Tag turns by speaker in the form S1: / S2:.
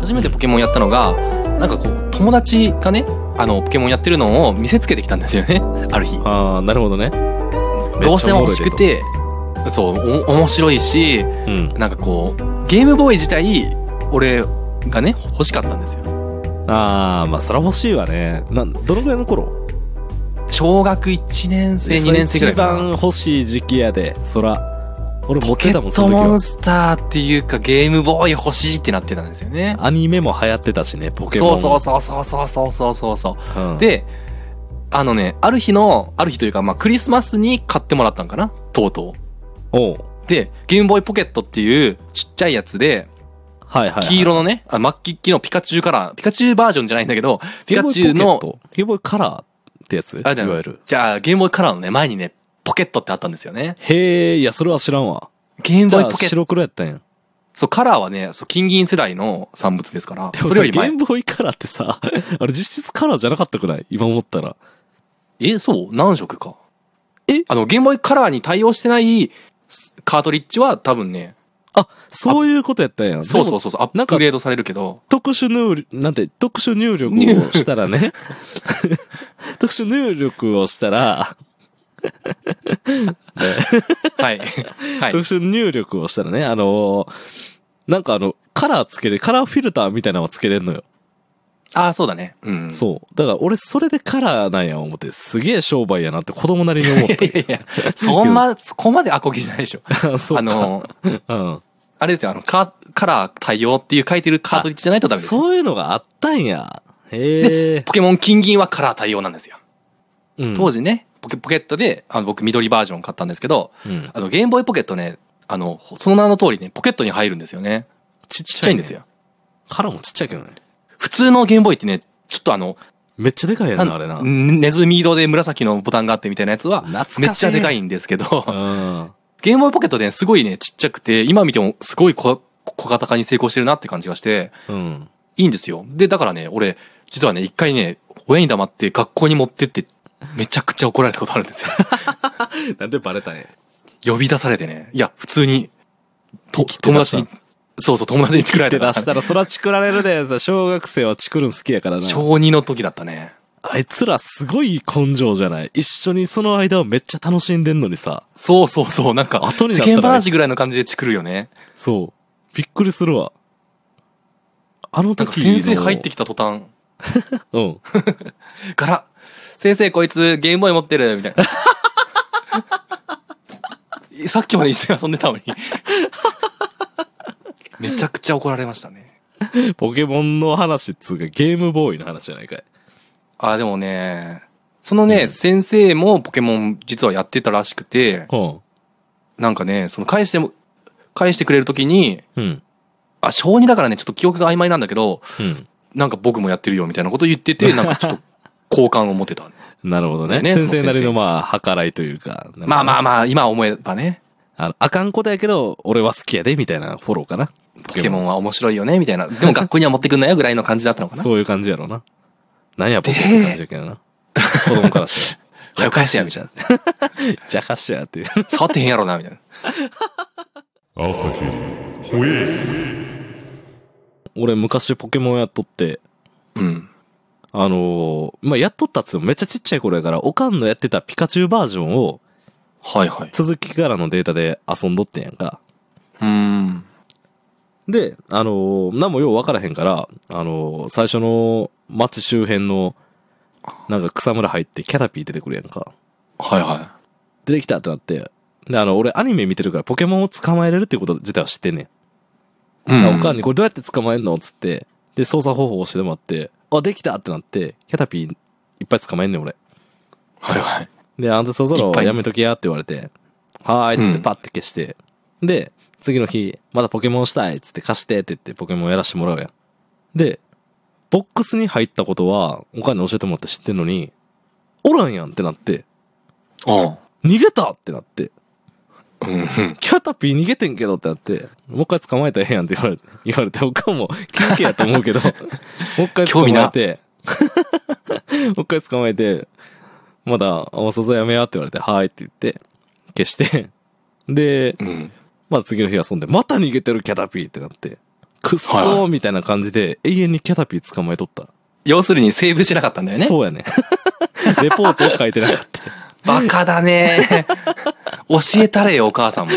S1: 初めてポケモンやったのが、なんかこう、友達がね、あの、ポケモンやってるのを見せつけてきたんですよ ね、ある日。
S2: ああ、なるほどね。
S1: どうしても欲しくて、そう、お面白いし、
S2: うん。
S1: なんかこう、ゲームボーイ自体、俺がね、欲しかったんですよ。
S2: ああ、まあ、そら欲しいわね。なん、どのぐらいの頃
S1: 小学1年生、2年生ぐらい
S2: 一
S1: かな。
S2: 番欲しい時期やで、そら。俺持
S1: ポ
S2: っ
S1: ケ
S2: てたもん、
S1: ッ
S2: そ
S1: ト
S2: の
S1: モン
S2: 時は。
S1: スターっていうかゲームボーイ欲しいってなってたんですよね。
S2: アニメも流行ってたしね、ポケモ
S1: そ
S2: ン。
S1: うそうそうそうそうそうそうそうそう。
S2: うん。
S1: で、あのね、ある日の、ある日というか、まあクリスマスに買ってもらったんかなとうと
S2: おう
S1: う。で、ゲームボーイポケットっていうちっちゃいやつで、
S2: はいはいはい。
S1: 黄色のね、あ末期っきのピカチュウカラー、ピカチュウバージョンじゃないんだけど、ピ
S2: ゲ
S1: カ
S2: ームボー
S1: チ
S2: イ
S1: ュ
S2: ポケ
S1: ウ
S2: ット。
S1: の、
S2: ゲームボーイカラーってやつい
S1: あれ
S2: わ
S1: だよ
S2: ゆる。
S1: じゃあゲームボーイカラーのね、前にね、ポケットってあったんですよね。
S2: へえ、いや、それは知らんわ。
S1: ゲーム
S2: じ
S1: ボーイ
S2: ゃあ、
S1: ポケット。
S2: 白黒やったんや。
S1: そう、カラーはね、そう、金銀世代の産物ですから、
S2: で
S1: そ
S2: も
S1: れ
S2: さ、
S1: よ
S2: ゲ
S1: り前
S2: ー。ムボーイカラーってさ、 あれ実質カラーじゃなかったくない今思ったら。
S1: え、そう何色か。
S2: え
S1: あの、ゲームボーイカラーに対応してないカートリッジは多分ね、
S2: あ、そういうことやったんや。。
S1: そうそううそうそう、アッ
S2: なん
S1: プ
S2: か
S1: グレードされるけ ど、
S2: 特殊入力、なんて、特殊入力
S1: 入
S2: を
S1: 力
S2: したらね。 特殊入力をしたら、
S1: はい。は
S2: 特
S1: い。
S2: 殊入力をしたらね、あのーなんかあの、カラーつけれ、カラーフィルターみたいなのはつけれんのよ。
S1: ああ、そうだね。うん。う。
S2: そう。だから俺それでカラーなんや思って、すげえ商売やなって子供なりに思 っ
S1: いやいや、そんな、そこまでアコギじゃないでしょ。
S2: た。 そうか。
S1: あの、
S2: うん。
S1: あれですよ、あの、カカラー対応っていう書いてるカートリッジじゃないとダメです。
S2: そういうのがあったんや。へえ。
S1: ポケモン金銀はカラー対応なんですよ。
S2: うん
S1: 当時ね、ポケポケットで、あの僕緑バージョン買ったんですけど、
S2: うん
S1: あの、ゲームボーイポケットね、あの、その名の通りね、ポケットに入るんですよね。
S2: ちっ
S1: ちっちゃいんですよ。。
S2: カラーもちっちゃいけどね。
S1: 普通のゲームボーイってね、ちょっとあの、
S2: めっちゃでかいやん
S1: なん
S2: な、あれな。
S1: んネズミ色で紫のボタンがあってみたいなやつは、
S2: 懐かしい
S1: めっちゃでかいんですけ
S2: う
S1: ど、
S2: ん。
S1: ゲームボーイポケットね、すごいね、ちっちゃくて、今見てもすごい小小型化に成功してるなって感じがして、
S2: うん。
S1: いいんですよ。で、だからね、俺、実はね、一回ね、親に黙って学校に持ってって、めちゃくちゃ怒られたことあるん です
S2: なんでバレたんや。
S1: よ。呼び出されてね、いや、普通に、と
S2: て
S1: 友
S2: 出した
S1: 達に、そうそう、友達に作られ
S2: で
S1: た
S2: 出
S1: から
S2: したら、そらチクられるでさ、小学生はチクるん好きやからな。
S1: 小2の時だったね。
S2: あいつらすごい根性じゃない。一緒にその間をめっちゃ楽しんでんのにさ。
S1: そうそうそう、なんか、
S2: 後に
S1: 世
S2: なったらね
S1: 間話ぐらいの感じでチクるよね。
S2: そう。びっくりするわ。あの
S1: なんか
S2: 時の
S1: 先生入ってきた途端、
S2: うん。
S1: から、先生こいつゲームボーイ持ってる、みたい な。さっきまで一緒に遊んでたのに。めちゃくちゃ怒られましたね。
S2: ポケモンの話っつうか、ゲームボーイの話じゃないかい。
S1: あ、でもね、そのね、
S2: うん
S1: 先生もポケモン実はやってたらしくて、
S2: うん。
S1: なんかね、その返しても、返してくれるときに、
S2: うん。
S1: あ、小2だからね、ちょっと記憶が曖昧なんだけど、
S2: うん。
S1: なんか僕もやってるよみたいなこと言ってて、なんかちょっと好感を持てた。
S2: なるほどね。
S1: ね
S2: 先生なり
S1: その先生
S2: のまあ、計らいというか。
S1: まあま
S2: あ。
S1: あまあ、今思えばね、
S2: あの、あかんことやけど、俺は好きやで、みたいなフォローかな。
S1: ポケモンは面白いよね、みたいな。でも学校には持ってくんなよぐらいの感じだったのかな。
S2: そういう感じやろな。なんや、僕って感じやけどな。子供からしたら。
S1: 早く返せやみたい
S2: な。じゃかしやっていう。
S1: 触ってへんやろな、みたいな。
S3: 朝日ほえ
S2: 俺、昔ポケモンやっとって、
S1: うん。
S2: あのーまあ、やっとったっつってもめっちゃちっちゃい頃やから、おかんのやってたピカチュウバージョンを
S1: はいはい。
S2: 続きからのデータで遊んどってんやんか。
S1: うーん。
S2: で、あのー何もようわからへんから、あのー最初の街周辺の、なんか草むら入ってキャタピー出てくるやんか。
S1: はいは
S2: 出てきたってなって、で、あの、俺アニメ見てるからポケモンを捕まえれるっていうこと自体は知ってんねん。
S1: い。うん
S2: おかんにこれどうやって捕まえんのっつって、で、操作方法を教えてもらって、あ、できたってなって、キャタピーいっぱい捕まえんねん俺。
S1: はいはい。
S2: で、あんたそろそ
S1: いっぱ
S2: ろ
S1: い
S2: やめときやって言われて、はーいっつって
S1: うん
S2: パッて消して、で、次の日、まだポケモンしたいっつって貸してって言ってポケモンやらしてもらうやん。で、ボックスに入ったことは、おかんに教えてもらって知ってんのに、おらんやんってなって、
S1: お
S2: 逃げたってなって、
S1: うん。うん。
S2: キャタピー逃げてんけどってなって、もう一回捕まえたらええやんって言われて、言われて、他も休憩やと思うけど、もう一回 捕まえて、もう一回捕まえて、まだ、あ、素材やめやって言われて、はーいって言って、消して、で、
S1: うん。
S2: まあ次の日遊んで、また逃げてるキャタピーってなって、くっそーみたいな感じで、永遠にキャタピー捕まえとった。
S1: 要するにセーブしなかったんだよね。
S2: そうやね。レポートを書いてなかった。
S1: バカだね。教えたれよ、お母さんも。